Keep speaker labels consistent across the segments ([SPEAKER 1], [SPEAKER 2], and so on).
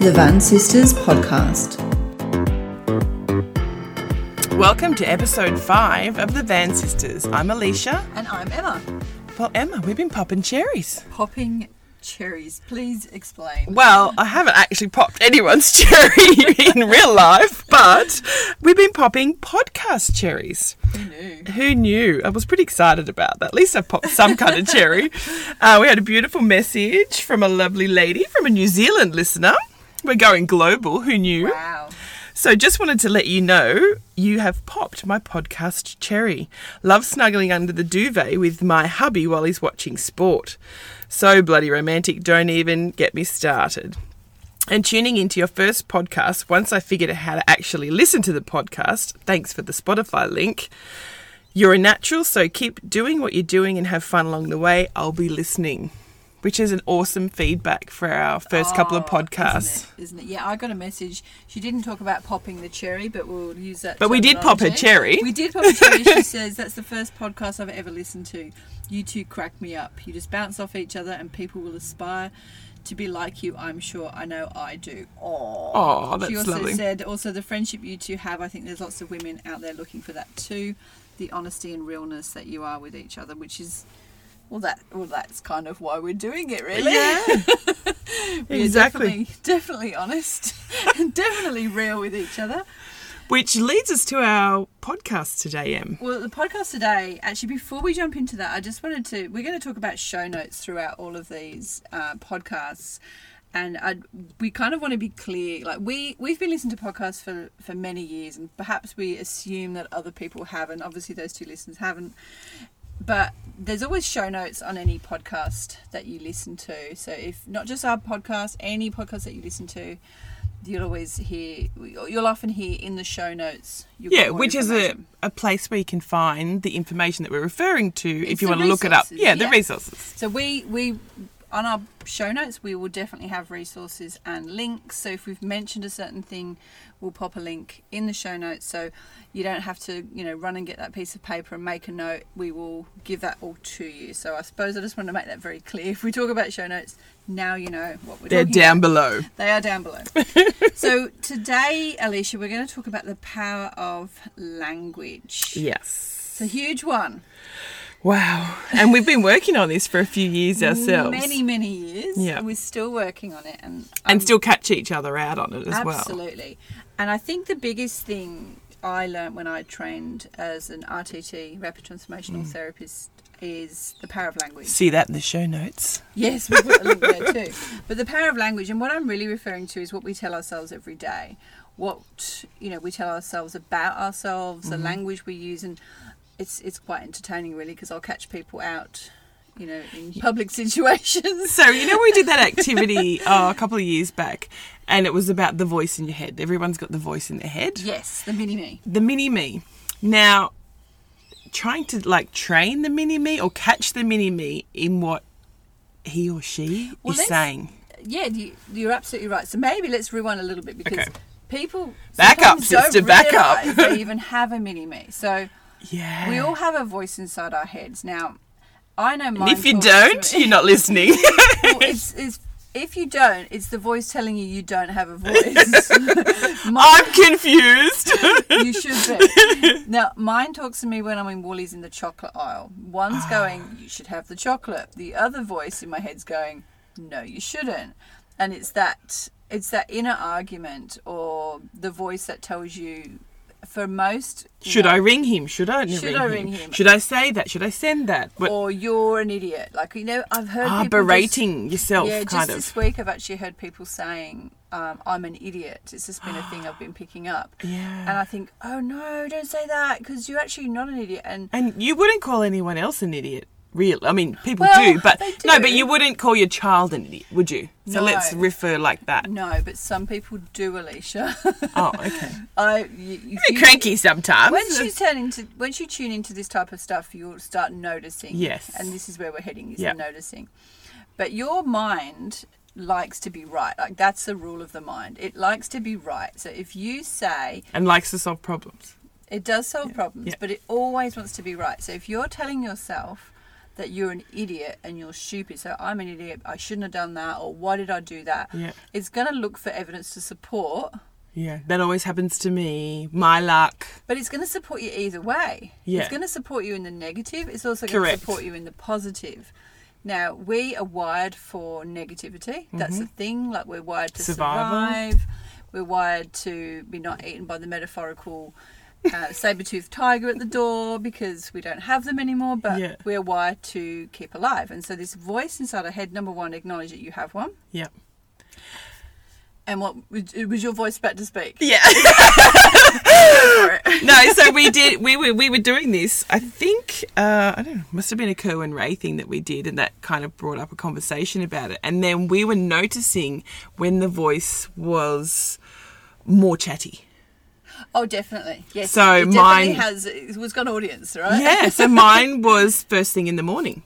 [SPEAKER 1] the Van Sisters podcast.
[SPEAKER 2] Welcome to episode five of the Van Sisters. I'm Alicia.
[SPEAKER 3] And I'm Emma.
[SPEAKER 2] Well, Emma, we've been popping cherries.
[SPEAKER 3] Popping cherries. Please explain.
[SPEAKER 2] Well, I haven't actually popped anyone's cherry in real life, but we've been popping podcast cherries.
[SPEAKER 3] Who knew?
[SPEAKER 2] Who knew? I was pretty excited about that. At least I popped some kind of cherry. Uh, we had a beautiful message from a lovely lady from a New Zealand listener. We're going global. Who knew?
[SPEAKER 3] Wow.
[SPEAKER 2] So, just wanted to let you know you have popped my podcast cherry. Love snuggling under the duvet with my hubby while he's watching sport. So bloody romantic, don't even get me started. And tuning into your first podcast, once I figured out how to actually listen to the podcast, thanks for the Spotify link. You're a natural, so keep doing what you're doing and have fun along the way. I'll be listening, which is an awesome feedback for our first couple of
[SPEAKER 3] Oh, isn't
[SPEAKER 2] podcasts.
[SPEAKER 3] it? Isn't it? Yeah, I got a message. She didn't talk about popping the cherry, but we'll use that.
[SPEAKER 2] But we did pop her
[SPEAKER 3] terminology.
[SPEAKER 2] cherry.
[SPEAKER 3] We did pop a cherry. she says that's the first podcast I've ever listened to. You two crack me up. You just bounce off each other, and people will aspire to be like you. I'm sure. I know I do. Oh.
[SPEAKER 2] Oh, that's
[SPEAKER 3] she also
[SPEAKER 2] lovely.
[SPEAKER 3] said also the friendship you two have. I think there's lots of women out there looking for that too. The honesty and realness that you are with each other, which is. Well, that well, that's kind of why we're doing it, really.
[SPEAKER 2] Yeah.
[SPEAKER 3] We're
[SPEAKER 2] Exactly.
[SPEAKER 3] Definitely, definitely honest and definitely real with each other.
[SPEAKER 2] Which leads us to our podcast today, Em.
[SPEAKER 3] Well, the podcast today, actually, before we jump into that, I just wanted to, we're going to talk about show notes throughout all of these uh, podcasts. And I, we kind of want to be clear, like we we've been listening to podcasts for for many years, and perhaps we assume that other people haven't. Obviously, those two listeners haven't. but there's always show notes on any podcast that you listen to. So if not just our podcast, any podcast that you listen to, you'll always hear, you'll often hear in the show notes. you'll get
[SPEAKER 2] Yeah,
[SPEAKER 3] more
[SPEAKER 2] which is a,
[SPEAKER 3] information.
[SPEAKER 2] a place where you can find the information that we're referring to if
[SPEAKER 3] It's
[SPEAKER 2] you
[SPEAKER 3] the
[SPEAKER 2] want to look it up.
[SPEAKER 3] resources,
[SPEAKER 2] Yeah, the
[SPEAKER 3] yeah.
[SPEAKER 2] resources.
[SPEAKER 3] So we we on our show notes we will definitely have resources and links. So if we've mentioned a certain thing, we'll pop a link in the show notes. So you don't have to you know run and get that piece of paper and make a note. We will give that all to you. So I suppose I just want to make that very clear. If we talk about show notes, now you know what we're
[SPEAKER 2] They're
[SPEAKER 3] talking
[SPEAKER 2] down below.
[SPEAKER 3] they are down below. so today, Alicia, we're going to talk about the power of language.
[SPEAKER 2] Yes.
[SPEAKER 3] It's a huge one.
[SPEAKER 2] Wow. And we've been working on this for a few years ourselves.
[SPEAKER 3] Many, many years.
[SPEAKER 2] Yeah.
[SPEAKER 3] We're still working on it and
[SPEAKER 2] and
[SPEAKER 3] I'm-
[SPEAKER 2] still catch each other out on it as well.
[SPEAKER 3] Absolutely. And I think the biggest thing I learned when I trained as an RTT, Rapid Transformational
[SPEAKER 2] Mm.
[SPEAKER 3] Therapist, is the power of language.
[SPEAKER 2] See that in the show notes.
[SPEAKER 3] Yes, we put a link there too. But the power of language, and what I'm really referring to is what we tell ourselves every day. What you know, we tell ourselves about ourselves,
[SPEAKER 2] Mm-hmm.
[SPEAKER 3] the language we use, and it's it's quite entertaining really because I'll catch people out, you know, in public situations.
[SPEAKER 2] So, you know, we did that activity oh, a couple of years back, and it was about the voice in your head. Everyone's got the voice in their head.
[SPEAKER 3] Yes, the mini me.
[SPEAKER 2] the mini me. Now, trying to like train the mini me or catch the mini me in what he or she
[SPEAKER 3] Well,
[SPEAKER 2] is
[SPEAKER 3] let's-
[SPEAKER 2] saying.
[SPEAKER 3] Yeah, you, you're absolutely right. So maybe let's rewind a little bit because
[SPEAKER 2] Okay.
[SPEAKER 3] people
[SPEAKER 2] Back up,
[SPEAKER 3] sometimes don't
[SPEAKER 2] sister, back up.
[SPEAKER 3] realise they even have a mini me. So
[SPEAKER 2] Yeah.
[SPEAKER 3] we all have a voice inside our heads. Now, I know mine.
[SPEAKER 2] and if you
[SPEAKER 3] talks
[SPEAKER 2] don't,
[SPEAKER 3] to
[SPEAKER 2] you're
[SPEAKER 3] me.
[SPEAKER 2] not listening.
[SPEAKER 3] Well, it's, it's, if you don't, it's the voice telling you you don't have a voice.
[SPEAKER 2] I'm confused.
[SPEAKER 3] you should be. Now, mine talks to me when I'm in Woolies in the chocolate aisle. One's
[SPEAKER 2] Ah.
[SPEAKER 3] going, you should have the chocolate. The other voice in my head's going, no, you shouldn't. And it's that it's that inner argument or the voice that tells you, for most, you
[SPEAKER 2] Should
[SPEAKER 3] know,
[SPEAKER 2] I ring him? Should I?
[SPEAKER 3] Should
[SPEAKER 2] ring
[SPEAKER 3] I
[SPEAKER 2] him?
[SPEAKER 3] ring him?
[SPEAKER 2] Should I say that? Should I send that? But
[SPEAKER 3] Or "Oh, you're an idiot. Like you know, I've heard
[SPEAKER 2] ah,
[SPEAKER 3] people just-
[SPEAKER 2] berating yourself,
[SPEAKER 3] Yeah,
[SPEAKER 2] kind
[SPEAKER 3] just
[SPEAKER 2] of.
[SPEAKER 3] this week I've actually heard people saying, um, I'm an idiot. It's just been a thing I've been picking up.
[SPEAKER 2] Yeah.
[SPEAKER 3] And I think, oh no, don't say that because you're actually not an idiot. And
[SPEAKER 2] And you wouldn't call anyone else an idiot, real. I mean, people
[SPEAKER 3] Well,
[SPEAKER 2] do, but
[SPEAKER 3] they
[SPEAKER 2] no,
[SPEAKER 3] do.
[SPEAKER 2] but you wouldn't call your child an idiot, would you? So
[SPEAKER 3] No.
[SPEAKER 2] let's refer like that.
[SPEAKER 3] no, but some people do, Alicia.
[SPEAKER 2] Oh, okay.
[SPEAKER 3] I, you, you,
[SPEAKER 2] Be cranky sometimes.
[SPEAKER 3] Once you turn into, once you tune into this type of stuff, you'll start noticing.
[SPEAKER 2] Yes.
[SPEAKER 3] And this is where we're heading. Is
[SPEAKER 2] Yeah.
[SPEAKER 3] noticing. But your mind likes to be right. Like that's the rule of the mind. It likes to be right. So if you say
[SPEAKER 2] and likes to solve problems.
[SPEAKER 3] It does solve problems,
[SPEAKER 2] yeah.
[SPEAKER 3] but it always wants to be right. So if you're telling yourself that you're an idiot and you're stupid. So I'm an idiot. I shouldn't have done that, or why did I do that?
[SPEAKER 2] Yeah.
[SPEAKER 3] It's going to look for evidence to support,
[SPEAKER 2] Yeah. That always happens to me. My luck.
[SPEAKER 3] but it's going to support you either way.
[SPEAKER 2] Yeah.
[SPEAKER 3] It's going to support you in the negative. It's also going
[SPEAKER 2] Correct.
[SPEAKER 3] to support you in the positive. Now we are wired for negativity. That's the thing. Like we're wired to
[SPEAKER 2] Mm-hmm. Survival.
[SPEAKER 3] survive. We're wired to be not eaten by the metaphorical uh, saber-toothed tiger at the door because we don't have them anymore. But
[SPEAKER 2] Yeah.
[SPEAKER 3] we're wired to keep alive. And so this voice inside our head, number one, acknowledge that you have one.
[SPEAKER 2] Yeah.
[SPEAKER 3] And what uh, was your voice about to speak?
[SPEAKER 2] Yeah. no, so we did. We were we were doing this. I think uh, I don't know. Must have been a Kerwin Ray thing that we did, and that kind of brought up a conversation about it. And then we were noticing when the voice was more chatty.
[SPEAKER 3] Oh, definitely. Yes.
[SPEAKER 2] So
[SPEAKER 3] it definitely
[SPEAKER 2] mine-
[SPEAKER 3] has it was got an audience, right?
[SPEAKER 2] Yeah. So mine was first thing in the morning,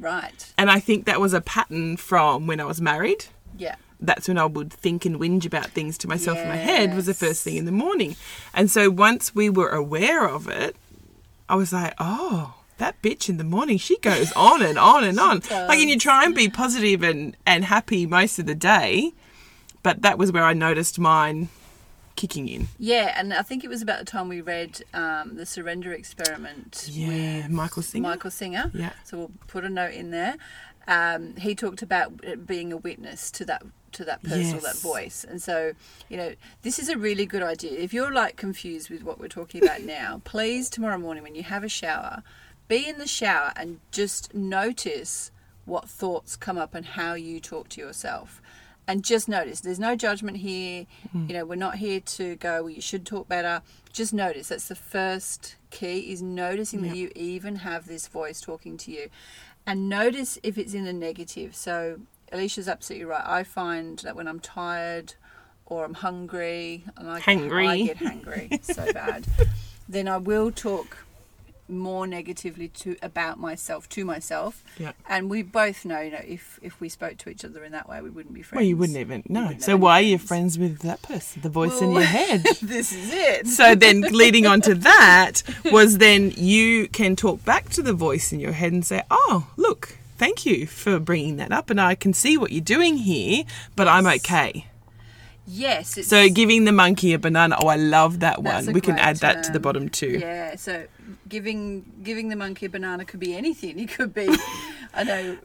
[SPEAKER 3] Right.
[SPEAKER 2] and I think that was a pattern from when I was married.
[SPEAKER 3] Yeah.
[SPEAKER 2] that's when I would think and whinge about things to myself in my head was the first
[SPEAKER 3] Yes.
[SPEAKER 2] thing in the morning. And so once we were aware of it, I was like, oh, that bitch in the morning, she goes on and on and on. Like, and you try and be positive and, and happy most of the day, but that was where I noticed mine kicking in.
[SPEAKER 3] Yeah, and I think it was about the time we read um, the Surrender Experiment.
[SPEAKER 2] Yeah, Michael Singer.
[SPEAKER 3] Michael Singer.
[SPEAKER 2] Yeah.
[SPEAKER 3] So we'll put a note in there. Um, he talked about it being a witness to that to that person or that
[SPEAKER 2] Yes.
[SPEAKER 3] voice, and so you know this is a really good idea. If you're like confused with what we're talking about now, please tomorrow morning when you have a shower, be in the shower and just notice what thoughts come up and how you talk to yourself. And just notice, there's no judgment here. You know, we're not here to go, well, you should talk better. Just notice. That's the first key is noticing that you even have this voice talking to you. And notice if it's in a negative. So Alicia's absolutely right. I find that when I'm tired or I'm hungry and I,
[SPEAKER 2] Hangry.
[SPEAKER 3] I get hangry so bad, then I will talk more negatively to about myself to myself.
[SPEAKER 2] Yeah.
[SPEAKER 3] And we both know, you know, if if we spoke to each other in that way, we wouldn't be friends.
[SPEAKER 2] Well, you wouldn't even
[SPEAKER 3] We
[SPEAKER 2] know.
[SPEAKER 3] wouldn't
[SPEAKER 2] So
[SPEAKER 3] have
[SPEAKER 2] why are
[SPEAKER 3] any
[SPEAKER 2] you friends with that person? The voice in your
[SPEAKER 3] Well-
[SPEAKER 2] head.
[SPEAKER 3] this is it.
[SPEAKER 2] So then leading on to that was then you can talk back to the voice in your head and say, "Oh, look, thank you for bringing that up and I can see what you're doing here, but I'm okay."
[SPEAKER 3] Yes. It's,
[SPEAKER 2] So giving the monkey a banana, oh, I love that
[SPEAKER 3] that's a
[SPEAKER 2] one. We can
[SPEAKER 3] great
[SPEAKER 2] add that to the
[SPEAKER 3] term.
[SPEAKER 2] bottom too.
[SPEAKER 3] Yeah. So giving giving the monkey a banana could be anything. It could be, I know,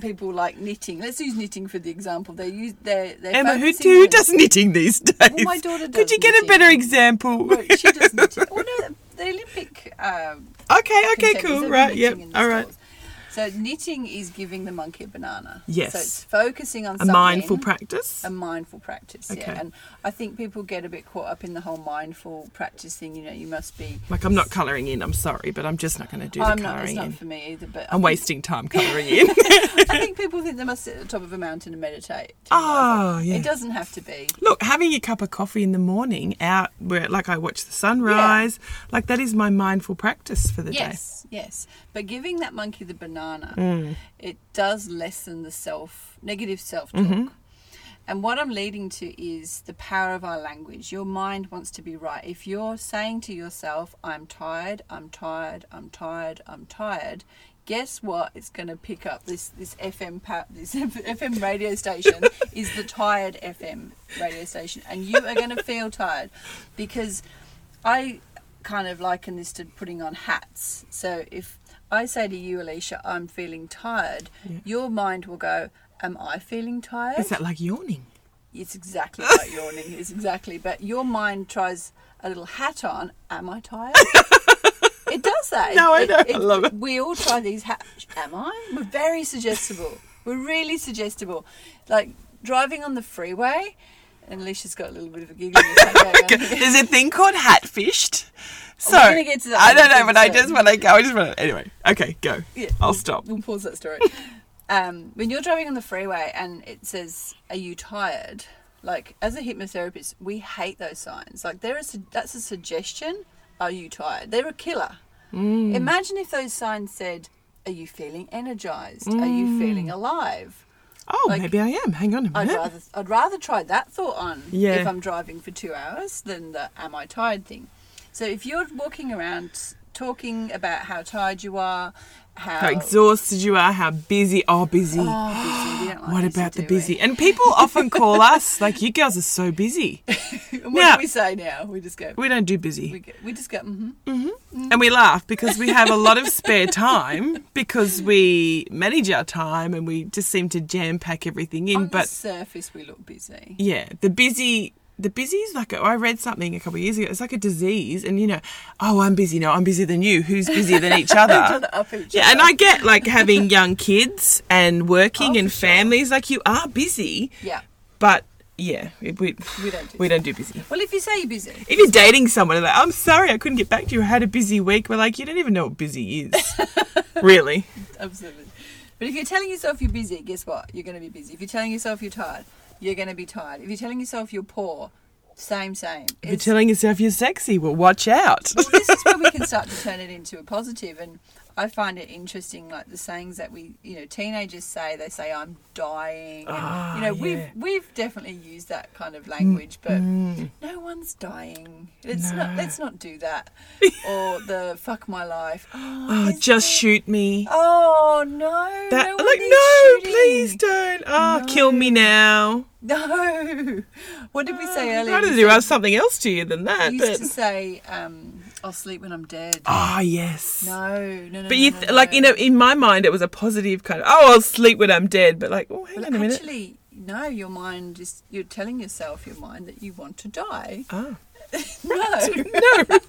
[SPEAKER 3] people like knitting. Let's use knitting for the example. They use they they.
[SPEAKER 2] Emma, who, who does knitting these days?
[SPEAKER 3] Well, my daughter
[SPEAKER 2] Could
[SPEAKER 3] does
[SPEAKER 2] you get a
[SPEAKER 3] knitting.
[SPEAKER 2] better example?
[SPEAKER 3] She does knitting. Oh no, the Olympic. Um,
[SPEAKER 2] okay, okay,
[SPEAKER 3] contenders.
[SPEAKER 2] cool,
[SPEAKER 3] They're
[SPEAKER 2] right,
[SPEAKER 3] knitting
[SPEAKER 2] yep,
[SPEAKER 3] in the
[SPEAKER 2] all right.
[SPEAKER 3] stores. So knitting is giving the monkey a banana.
[SPEAKER 2] Yes.
[SPEAKER 3] So it's focusing on
[SPEAKER 2] A
[SPEAKER 3] something-
[SPEAKER 2] mindful
[SPEAKER 3] Um,
[SPEAKER 2] practice.
[SPEAKER 3] A mindful practice,
[SPEAKER 2] Okay.
[SPEAKER 3] yeah. And I think people get a bit caught up in the whole mindful practice thing. You know, you must be.
[SPEAKER 2] Like I'm not colouring in. I'm sorry, but I'm just not going to do the
[SPEAKER 3] I'm not. It's
[SPEAKER 2] colouring
[SPEAKER 3] not
[SPEAKER 2] in.
[SPEAKER 3] for me either. But
[SPEAKER 2] I'm wasting time colouring in.
[SPEAKER 3] I think people think they must sit at the top of a mountain and meditate.
[SPEAKER 2] Oh, yeah.
[SPEAKER 3] It doesn't have to be.
[SPEAKER 2] Look, having a cup of coffee in the morning out where like I watch the sunrise, like that is my mindful practice for the
[SPEAKER 3] Yes, yes. But giving that monkey the banana, it does lessen the self negative self talk. And what I'm leading to is the power of our language. Your mind wants to be right. If you're saying to yourself, I'm tired, I'm tired, I'm tired, I'm tired, guess what? It's going to pick up this, this FM pa- this FM radio station is the tired FM radio station. And you are going to feel tired because I kind of liken this to putting on hats. So if I say to you, Alicia, I'm feeling tired, your mind will go, Am I feeling tired?
[SPEAKER 2] day. Is that like yawning?
[SPEAKER 3] It's exactly like yawning. It's exactly. But your mind tries a little hat on. Am I tired? it does that.
[SPEAKER 2] No, I know. I love it.
[SPEAKER 3] We all try these hats. Am I? We're very suggestible. We're really suggestible. Like driving on the freeway, and Alicia's got a little bit of a giggling. attack going on here.
[SPEAKER 2] There's a thing called hatfished. So
[SPEAKER 3] We're gonna get to that
[SPEAKER 2] I don't know,
[SPEAKER 3] one,
[SPEAKER 2] but I
[SPEAKER 3] so-
[SPEAKER 2] just want to go. I just want to. Anyway, okay, go.
[SPEAKER 3] Yeah.
[SPEAKER 2] I'll stop.
[SPEAKER 3] We'll pause that story. um, when you're driving on the freeway and it says, "Are you tired?" Like as a hypnotherapist, we hate those signs. Like there is that's a suggestion. Are you tired? They're a killer.
[SPEAKER 2] Mm.
[SPEAKER 3] Imagine if those signs said, "Are you feeling energized? Are
[SPEAKER 2] Mm.
[SPEAKER 3] you feeling alive?"
[SPEAKER 2] Oh,
[SPEAKER 3] Like-
[SPEAKER 2] maybe I am. Hang on a
[SPEAKER 3] I'd
[SPEAKER 2] minute.
[SPEAKER 3] rather I'd rather try that thought on
[SPEAKER 2] Yeah.
[SPEAKER 3] if I'm driving for two hours than the "Am I tired?" thing. So if you're walking around talking about how tired you are, how,
[SPEAKER 2] How exhausted you are, how busy. Oh,
[SPEAKER 3] Oh,
[SPEAKER 2] busy.
[SPEAKER 3] busy. We don't like
[SPEAKER 2] what
[SPEAKER 3] busy,
[SPEAKER 2] about the
[SPEAKER 3] do we?
[SPEAKER 2] busy? And people often call us, like, you guys are so busy.
[SPEAKER 3] What
[SPEAKER 2] Now-
[SPEAKER 3] do we say now? We just go.
[SPEAKER 2] We don't do busy.
[SPEAKER 3] We, go, we just go. Mm-hmm.
[SPEAKER 2] Mm, And we laugh because we have a lot of spare time because we manage our time and we just seem to jam pack everything in.
[SPEAKER 3] On the
[SPEAKER 2] But
[SPEAKER 3] surface, we look busy.
[SPEAKER 2] yeah, the busy. The busy is like a, I read something a couple of years ago. It's like a disease, and you know, oh, I'm busy now. I'm busier than you. Who's busier than each other?
[SPEAKER 3] Trying to up each
[SPEAKER 2] Yeah, and I get like having young kids and working
[SPEAKER 3] Oh,
[SPEAKER 2] and
[SPEAKER 3] for sure.
[SPEAKER 2] families. Like you are busy,
[SPEAKER 3] Yeah.
[SPEAKER 2] but yeah, we we,
[SPEAKER 3] We don't do
[SPEAKER 2] we don't do busy.
[SPEAKER 3] Well, if you say you're busy,
[SPEAKER 2] If you're dating someone, they're like, I'm sorry, I couldn't get back to you. I had a busy week. We're like, you don't even know what busy is, really.
[SPEAKER 3] absolutely. But if you're telling yourself you're busy, guess what? You're going to be busy. If you're telling yourself you're tired, you're going to be tired. If you're telling yourself you're poor, same, same.
[SPEAKER 2] If you're
[SPEAKER 3] It's-
[SPEAKER 2] telling yourself you're sexy, well, watch out.
[SPEAKER 3] well, this is where we can start to turn it into a positive and I find it interesting like the sayings that we you know teenagers say they say I'm dying and,
[SPEAKER 2] Ah,
[SPEAKER 3] you know
[SPEAKER 2] yeah. Mm,
[SPEAKER 3] we've we've definitely used that kind of language but no one's dying it's not let's not do that or the fuck my life
[SPEAKER 2] Oh,
[SPEAKER 3] is
[SPEAKER 2] just
[SPEAKER 3] there-
[SPEAKER 2] shoot me.
[SPEAKER 3] oh no
[SPEAKER 2] That,
[SPEAKER 3] no one
[SPEAKER 2] like,
[SPEAKER 3] needs
[SPEAKER 2] no,
[SPEAKER 3] shooting.
[SPEAKER 2] please don't. Oh, kill me now.
[SPEAKER 3] no what did we say
[SPEAKER 2] I'd
[SPEAKER 3] earlier
[SPEAKER 2] rather
[SPEAKER 3] We
[SPEAKER 2] Ah, do
[SPEAKER 3] said-
[SPEAKER 2] something else to you than that.
[SPEAKER 3] we
[SPEAKER 2] But...
[SPEAKER 3] used to say um, I'll sleep when I'm dead
[SPEAKER 2] Ah, yes.
[SPEAKER 3] no no no
[SPEAKER 2] But you,
[SPEAKER 3] no,
[SPEAKER 2] th-
[SPEAKER 3] no,
[SPEAKER 2] like,
[SPEAKER 3] no.
[SPEAKER 2] you know, in my mind, it was a positive kind of, oh, I'll sleep when I'm dead. But, like, oh, hang
[SPEAKER 3] Well,
[SPEAKER 2] on a minute.
[SPEAKER 3] actually, no, your mind is, you're telling yourself, your mind, that you want to die.
[SPEAKER 2] Ah.
[SPEAKER 3] No.
[SPEAKER 2] no.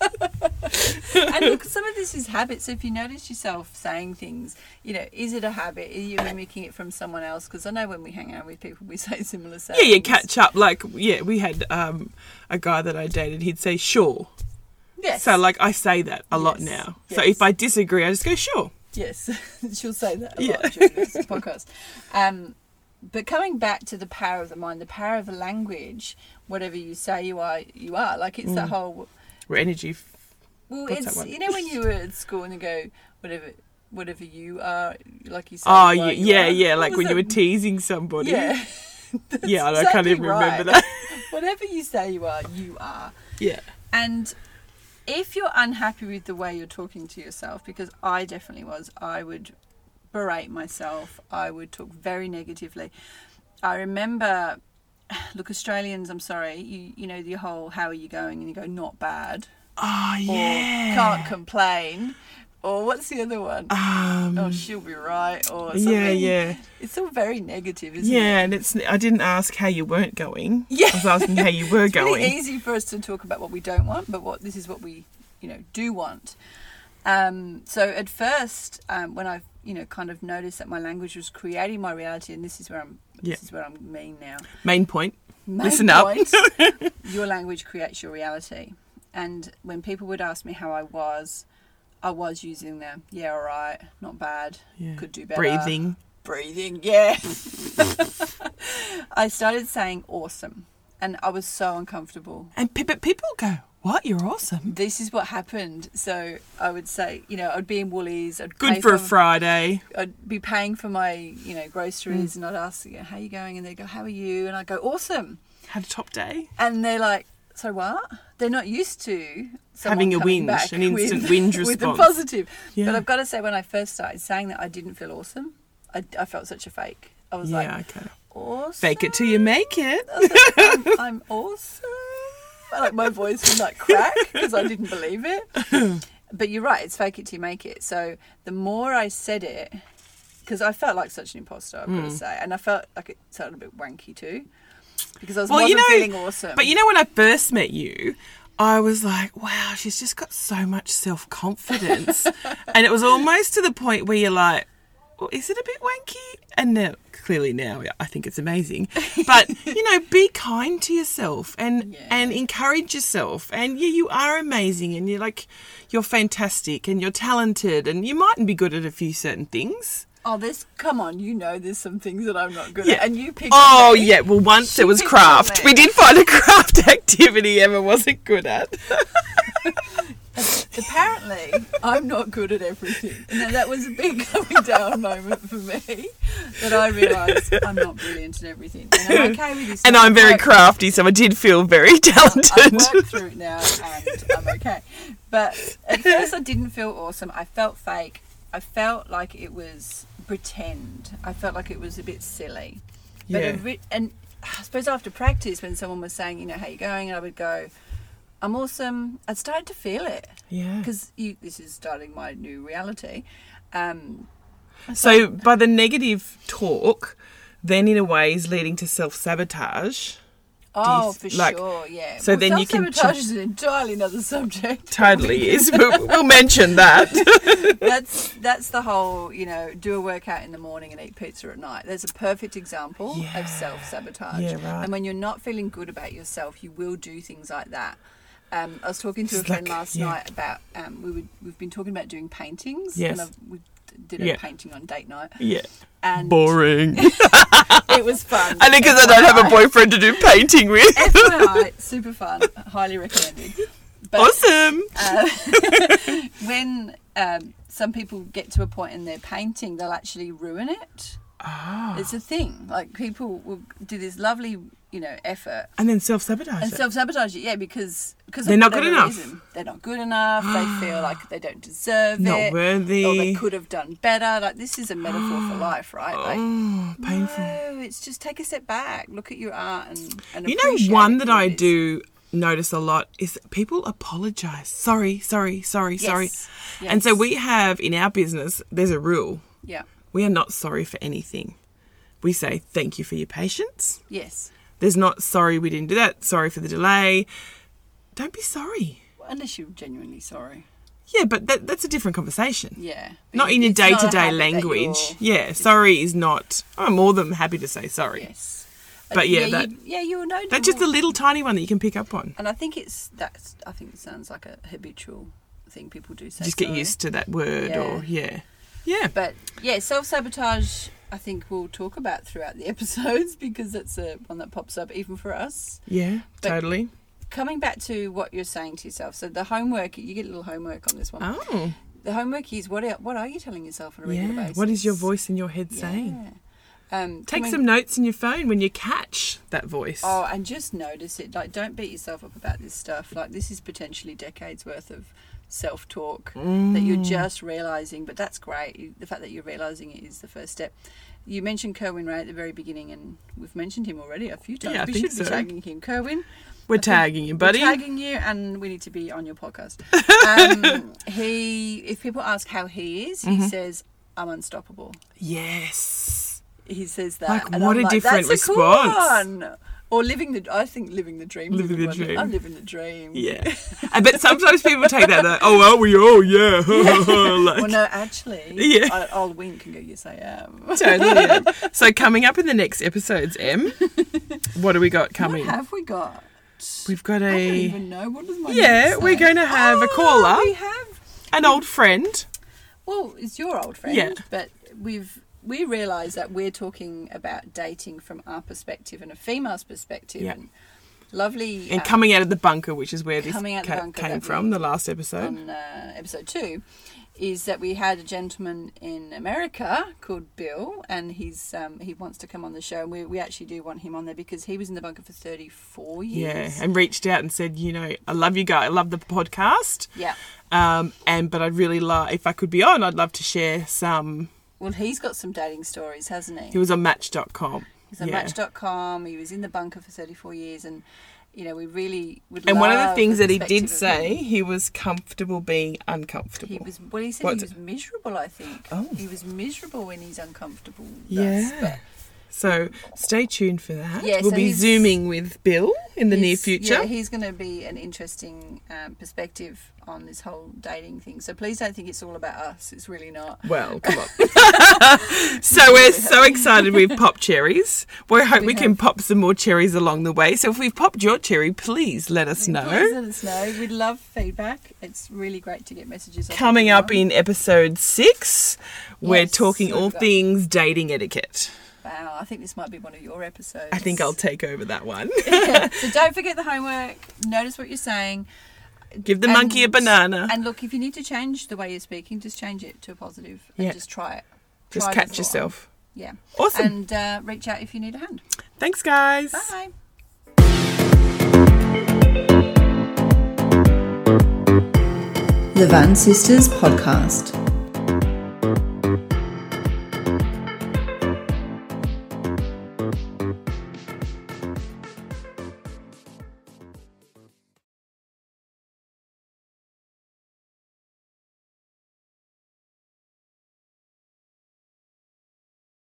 [SPEAKER 3] and look, some of this is habits. So if you notice yourself saying things, you know, is it a habit? Are you mimicking it from someone else? Because I know when we hang out with people, we say similar
[SPEAKER 2] Yeah,
[SPEAKER 3] sayings.
[SPEAKER 2] you catch up. Like, yeah, we had um, a guy that I dated, he'd say, sure.
[SPEAKER 3] Yes.
[SPEAKER 2] So, like, I say that a lot
[SPEAKER 3] Yes.
[SPEAKER 2] now. So,
[SPEAKER 3] Yes.
[SPEAKER 2] if I disagree, I just go, sure.
[SPEAKER 3] Yes, she'll say that a
[SPEAKER 2] Yeah.
[SPEAKER 3] lot during this podcast. Um, but coming back to the power of the mind, the power of the language, whatever you say you are, you are. Like it's
[SPEAKER 2] Mm.
[SPEAKER 3] the whole
[SPEAKER 2] We're energy. F-
[SPEAKER 3] Well,
[SPEAKER 2] What's that
[SPEAKER 3] it's
[SPEAKER 2] one?
[SPEAKER 3] you know when you were at school and you go whatever whatever you are like you said.
[SPEAKER 2] oh,
[SPEAKER 3] you
[SPEAKER 2] yeah,
[SPEAKER 3] are, you
[SPEAKER 2] yeah,
[SPEAKER 3] are.
[SPEAKER 2] yeah.
[SPEAKER 3] What
[SPEAKER 2] Like,
[SPEAKER 3] was
[SPEAKER 2] when you
[SPEAKER 3] that?
[SPEAKER 2] were teasing somebody.
[SPEAKER 3] yeah,
[SPEAKER 2] Yeah, I can't
[SPEAKER 3] exactly
[SPEAKER 2] even remember
[SPEAKER 3] right.
[SPEAKER 2] that.
[SPEAKER 3] whatever you say you are, you are.
[SPEAKER 2] yeah.
[SPEAKER 3] And if you're unhappy with the way you're talking to yourself, because I definitely was, I would berate myself. I would talk very negatively. I remember, look, Australians, I'm sorry, you you know the whole how are you going and you go not bad
[SPEAKER 2] Oh,
[SPEAKER 3] or
[SPEAKER 2] yeah.
[SPEAKER 3] can't complain or what's the other one?
[SPEAKER 2] Um,
[SPEAKER 3] oh, she'll be right, or something.
[SPEAKER 2] yeah, yeah.
[SPEAKER 3] It's all very negative, isn't it?
[SPEAKER 2] Yeah, and it's. I didn't ask how you weren't going.
[SPEAKER 3] Yeah.
[SPEAKER 2] I was asking how you were
[SPEAKER 3] It's
[SPEAKER 2] going.
[SPEAKER 3] really easy for us to talk about what we don't want, but what this is what we, you know, do want. Um, so at first, um, when I, you know, kind of noticed that my language was creating my reality, and this is where I'm,
[SPEAKER 2] Yeah.
[SPEAKER 3] this is where I'm mean now.
[SPEAKER 2] Main point.
[SPEAKER 3] Main
[SPEAKER 2] Listen up.
[SPEAKER 3] point, your language creates your reality, and when people would ask me how I was, I was using the yeah, all right, not bad,
[SPEAKER 2] Yeah.
[SPEAKER 3] could do better,
[SPEAKER 2] Breathing.
[SPEAKER 3] breathing. Yeah. I started saying awesome, and I was so uncomfortable.
[SPEAKER 2] And pe- but people go, "What? You're awesome.
[SPEAKER 3] This is what happened. So I would say, you know, I'd be in Woolies. I'd
[SPEAKER 2] Good
[SPEAKER 3] pay
[SPEAKER 2] for a
[SPEAKER 3] my-
[SPEAKER 2] Friday."
[SPEAKER 3] I'd be paying for my, you know, groceries,
[SPEAKER 2] Mm.
[SPEAKER 3] and I'd ask, you know, how are you going? And they go, how are you? And I go, awesome.
[SPEAKER 2] Had a top day.
[SPEAKER 3] And they're like, so what? They're not used to someone
[SPEAKER 2] Having a
[SPEAKER 3] coming
[SPEAKER 2] whinge,
[SPEAKER 3] back
[SPEAKER 2] an instant
[SPEAKER 3] with,
[SPEAKER 2] whinge
[SPEAKER 3] with the
[SPEAKER 2] response.
[SPEAKER 3] positive.
[SPEAKER 2] Yeah.
[SPEAKER 3] But I've got to say, when I first started saying that, I didn't feel awesome. I, I felt such a fake. I was
[SPEAKER 2] Yeah.
[SPEAKER 3] like, Uh,
[SPEAKER 2] okay.
[SPEAKER 3] awesome.
[SPEAKER 2] Fake it till you make it.
[SPEAKER 3] I was like, I'm, I'm awesome. Like my voice would like crack because I didn't believe it. But you're right, it's fake it till you make it. So the more I said it, because I felt like such an imposter, I've
[SPEAKER 2] Hmm.
[SPEAKER 3] got to say, and I felt like it sounded a bit wanky too, because I was wasn't feeling awesome.
[SPEAKER 2] But you know, when I first met you, I was like, wow, she's just got so much self confidence. and it was almost to the point where you're like, well, is it a bit wanky? And now, clearly now, yeah, I think it's amazing. But, you know, be kind to yourself and,
[SPEAKER 3] Yeah.
[SPEAKER 2] and encourage yourself. And yeah, you are amazing and you're like, you're fantastic and you're talented and you mightn't be good at a few certain things.
[SPEAKER 3] oh, this come on, you know, there's some things that I'm not good
[SPEAKER 2] Yeah.
[SPEAKER 3] at, and you picked. on
[SPEAKER 2] Oh
[SPEAKER 3] me.
[SPEAKER 2] yeah, well once it was
[SPEAKER 3] picked on
[SPEAKER 2] craft.
[SPEAKER 3] it.
[SPEAKER 2] We did find a craft activity Emma wasn't good at.
[SPEAKER 3] Apparently, I'm not good at everything. Now, that was a big coming down moment for me that I realised I'm not brilliant at everything. And I'm okay with this.
[SPEAKER 2] And
[SPEAKER 3] now.
[SPEAKER 2] I'm very
[SPEAKER 3] I've-
[SPEAKER 2] crafty, so I did feel very talented.
[SPEAKER 3] I've worked through it now and I'm okay. But at first, I didn't feel awesome. I felt fake. I felt like it was pretend. I felt like it was a bit silly. But
[SPEAKER 2] Yeah.
[SPEAKER 3] it re- and I suppose after practice, when someone was saying, you know, how you going, and I would go, I'm awesome. I started to feel it
[SPEAKER 2] Yeah.
[SPEAKER 3] because you. This is starting my new reality. Um,
[SPEAKER 2] So by the negative talk, then in a way is leading to self sabotage.
[SPEAKER 3] oh,
[SPEAKER 2] th-
[SPEAKER 3] for
[SPEAKER 2] like-
[SPEAKER 3] sure, yeah.
[SPEAKER 2] so then you can ch-
[SPEAKER 3] self-sabotage is an entirely another subject.
[SPEAKER 2] Totally is. But we'll mention that.
[SPEAKER 3] that's that's the whole you know do a workout in the morning and eat pizza at night there's a perfect example
[SPEAKER 2] Yeah.
[SPEAKER 3] of self-sabotage
[SPEAKER 2] Yeah, right.
[SPEAKER 3] and when you're not feeling good about yourself you will do things like that um, I was talking to
[SPEAKER 2] It's
[SPEAKER 3] a friend
[SPEAKER 2] like-
[SPEAKER 3] last
[SPEAKER 2] yeah.
[SPEAKER 3] night about um, we would we've been talking about doing paintings
[SPEAKER 2] Yes.
[SPEAKER 3] and I've, we did a
[SPEAKER 2] Yeah.
[SPEAKER 3] painting on date night
[SPEAKER 2] Yeah.
[SPEAKER 3] and
[SPEAKER 2] Boring.
[SPEAKER 3] it was fun
[SPEAKER 2] And because I don't have a boyfriend to do painting with.
[SPEAKER 3] FYI, super fun highly recommended but
[SPEAKER 2] Awesome.
[SPEAKER 3] Uh, when um, some people get to a point in their painting, they'll actually ruin it.
[SPEAKER 2] Ah.
[SPEAKER 3] It's a thing. Like people will do this lovely, you know, effort
[SPEAKER 2] And then self sabotage.
[SPEAKER 3] and self sabotage it. Yeah, because because
[SPEAKER 2] They're not good enough.
[SPEAKER 3] They're not good enough. they feel like they don't deserve
[SPEAKER 2] Not
[SPEAKER 3] it.
[SPEAKER 2] worthy.
[SPEAKER 3] Or Oh, they could have done better. Like this is a metaphor for life, right? Like.
[SPEAKER 2] Oh, painful.
[SPEAKER 3] No, it's just take a step back, look at your art, and, and
[SPEAKER 2] You know,
[SPEAKER 3] appreciate
[SPEAKER 2] one that
[SPEAKER 3] what
[SPEAKER 2] I
[SPEAKER 3] it is.
[SPEAKER 2] do notice a lot is that people apologize. Sorry, sorry, sorry, sorry.
[SPEAKER 3] Yes,
[SPEAKER 2] And so
[SPEAKER 3] yes.
[SPEAKER 2] we have in our business, there's a rule.
[SPEAKER 3] Yeah.
[SPEAKER 2] We are not sorry for anything. We say thank you for your patience.
[SPEAKER 3] Yes.
[SPEAKER 2] There's not sorry we didn't do that, sorry for the delay. Don't be sorry.
[SPEAKER 3] Unless you're genuinely sorry.
[SPEAKER 2] Yeah, but that, that's a different conversation.
[SPEAKER 3] Yeah.
[SPEAKER 2] Not in your
[SPEAKER 3] It's not
[SPEAKER 2] day
[SPEAKER 3] a
[SPEAKER 2] to day
[SPEAKER 3] habit that
[SPEAKER 2] language.
[SPEAKER 3] you're-
[SPEAKER 2] Yeah, sorry is not. I'm more than happy to say sorry.
[SPEAKER 3] Yes.
[SPEAKER 2] But yeah, that-
[SPEAKER 3] you, yeah, you'll know.
[SPEAKER 2] That's just a little tiny one that you can pick up on.
[SPEAKER 3] And I think it's that's. I think it sounds like a habitual thing people do say.
[SPEAKER 2] Just get
[SPEAKER 3] sorry.
[SPEAKER 2] used to that word or, yeah. Yeah.
[SPEAKER 3] But yeah, self sabotage. I think we'll talk about throughout the episodes because it's a one that pops up even for us.
[SPEAKER 2] Yeah,
[SPEAKER 3] But-
[SPEAKER 2] totally.
[SPEAKER 3] Coming back to what you're saying to yourself. So the homework. You get a little homework on this one.
[SPEAKER 2] Oh,
[SPEAKER 3] The homework is what are, what are you telling yourself on a regular
[SPEAKER 2] yeah.
[SPEAKER 3] basis?
[SPEAKER 2] What is your voice in your head
[SPEAKER 3] Yeah.
[SPEAKER 2] saying?
[SPEAKER 3] Um,
[SPEAKER 2] Take
[SPEAKER 3] coming-
[SPEAKER 2] some notes in your phone when you catch that voice.
[SPEAKER 3] Oh, and just notice it. Like, don't beat yourself up about this stuff. Like, this is potentially decades worth of self talk that
[SPEAKER 2] Mm.
[SPEAKER 3] you're just realizing. But that's great. You- The fact that you're realizing it is the first step. You mentioned Kerwin Ray at the very beginning, and we've mentioned him already a few times.
[SPEAKER 2] Yeah, I
[SPEAKER 3] we
[SPEAKER 2] think
[SPEAKER 3] should be
[SPEAKER 2] so.
[SPEAKER 3] tagging him, Kerwin.
[SPEAKER 2] We're
[SPEAKER 3] I think
[SPEAKER 2] tagging you, buddy.
[SPEAKER 3] We're tagging you, and we need to be on your podcast. Um, he, if people ask how he is,
[SPEAKER 2] Mm-hmm.
[SPEAKER 3] he says, "I'm unstoppable."
[SPEAKER 2] yes.
[SPEAKER 3] he says that.
[SPEAKER 2] Like,
[SPEAKER 3] and
[SPEAKER 2] what
[SPEAKER 3] I'm
[SPEAKER 2] a different
[SPEAKER 3] That's a cool
[SPEAKER 2] response."
[SPEAKER 3] one." Or living the, I think living the dream. is a
[SPEAKER 2] Living the
[SPEAKER 3] good one.
[SPEAKER 2] dream.
[SPEAKER 3] I'm living the dream.
[SPEAKER 2] Yeah. I bet sometimes people take that, like, oh, aren't we all? Yeah.
[SPEAKER 3] Well,
[SPEAKER 2] like,
[SPEAKER 3] no, actually,
[SPEAKER 2] Yeah.
[SPEAKER 3] I, I'll wink and go, yes, I am.
[SPEAKER 2] totally. yeah. So, coming up in the next episodes, Em, what do we got coming?
[SPEAKER 3] What have we got?
[SPEAKER 2] We've got
[SPEAKER 3] I don't
[SPEAKER 2] a.
[SPEAKER 3] even know. What does my
[SPEAKER 2] Yeah,
[SPEAKER 3] notes
[SPEAKER 2] we're
[SPEAKER 3] say?
[SPEAKER 2] going to have a
[SPEAKER 3] Oh,
[SPEAKER 2] caller.
[SPEAKER 3] We have.
[SPEAKER 2] An old friend.
[SPEAKER 3] Well, it's your old friend.
[SPEAKER 2] Yeah.
[SPEAKER 3] But we've we realise that we're talking about dating from our perspective and a female's perspective.
[SPEAKER 2] Yeah.
[SPEAKER 3] And lovely.
[SPEAKER 2] And
[SPEAKER 3] uh,
[SPEAKER 2] coming out of the bunker, which is where this
[SPEAKER 3] Coming Out the
[SPEAKER 2] ca-
[SPEAKER 3] Bunker,
[SPEAKER 2] came
[SPEAKER 3] that
[SPEAKER 2] from,
[SPEAKER 3] we-
[SPEAKER 2] the last episode.
[SPEAKER 3] on uh, episode two is that we had a gentleman in America called Bill, and he's um, he wants to come on the show, and we, we actually do want him on there because he was in the bunker for thirty four
[SPEAKER 2] Yeah,
[SPEAKER 3] years.
[SPEAKER 2] and reached out and said, you know, I love you guys, I love the podcast.
[SPEAKER 3] Yeah.
[SPEAKER 2] Um, and but I'd really like if I could be on, I'd love to share some.
[SPEAKER 3] Well, he's got some dating stories, hasn't he?
[SPEAKER 2] He was on Match.com.
[SPEAKER 3] He's on Match.com. He was in the bunker for thirty four years, and you know we really would.
[SPEAKER 2] And one of the
[SPEAKER 3] love
[SPEAKER 2] things that he
[SPEAKER 3] perspective
[SPEAKER 2] did
[SPEAKER 3] of
[SPEAKER 2] say,
[SPEAKER 3] him.
[SPEAKER 2] he was comfortable being uncomfortable.
[SPEAKER 3] He was well. He said
[SPEAKER 2] What-
[SPEAKER 3] he was miserable. I think
[SPEAKER 2] Oh.
[SPEAKER 3] he was miserable when he's uncomfortable. with us,
[SPEAKER 2] yeah.
[SPEAKER 3] but
[SPEAKER 2] so stay tuned for that.
[SPEAKER 3] Yeah,
[SPEAKER 2] we'll
[SPEAKER 3] so
[SPEAKER 2] be
[SPEAKER 3] he's-
[SPEAKER 2] zooming with Bill in the near
[SPEAKER 3] He's-
[SPEAKER 2] future.
[SPEAKER 3] Yeah, he's going to be an interesting um, perspective on this whole dating thing. So please don't think it's all about us. It's really not.
[SPEAKER 2] well, come on. so we're so excited we've popped cherries. We hope we, can pop some more cherries along the way. So if we've popped your cherry, please let us know.
[SPEAKER 3] Please let us know. We'd love feedback. It's really great to get messages. off
[SPEAKER 2] Coming up
[SPEAKER 3] everyone.
[SPEAKER 2] in episode six, we're
[SPEAKER 3] Yes,
[SPEAKER 2] talking
[SPEAKER 3] what have
[SPEAKER 2] all
[SPEAKER 3] we got?
[SPEAKER 2] things dating etiquette.
[SPEAKER 3] Wow, I think this might be one of your episodes.
[SPEAKER 2] I think I'll take over that one.
[SPEAKER 3] so don't forget the homework. Notice what you're saying.
[SPEAKER 2] Give the monkey a
[SPEAKER 3] And-
[SPEAKER 2] banana.
[SPEAKER 3] And look, if you need to change the way you're speaking, just change it to a positive and
[SPEAKER 2] Yeah.
[SPEAKER 3] just try it.
[SPEAKER 2] Just
[SPEAKER 3] Try it
[SPEAKER 2] catch
[SPEAKER 3] before.
[SPEAKER 2] yourself.
[SPEAKER 3] Yeah.
[SPEAKER 2] Awesome.
[SPEAKER 3] And uh, reach out if you need a hand.
[SPEAKER 2] Thanks, guys.
[SPEAKER 3] Bye.
[SPEAKER 1] Levan Sisters Podcast.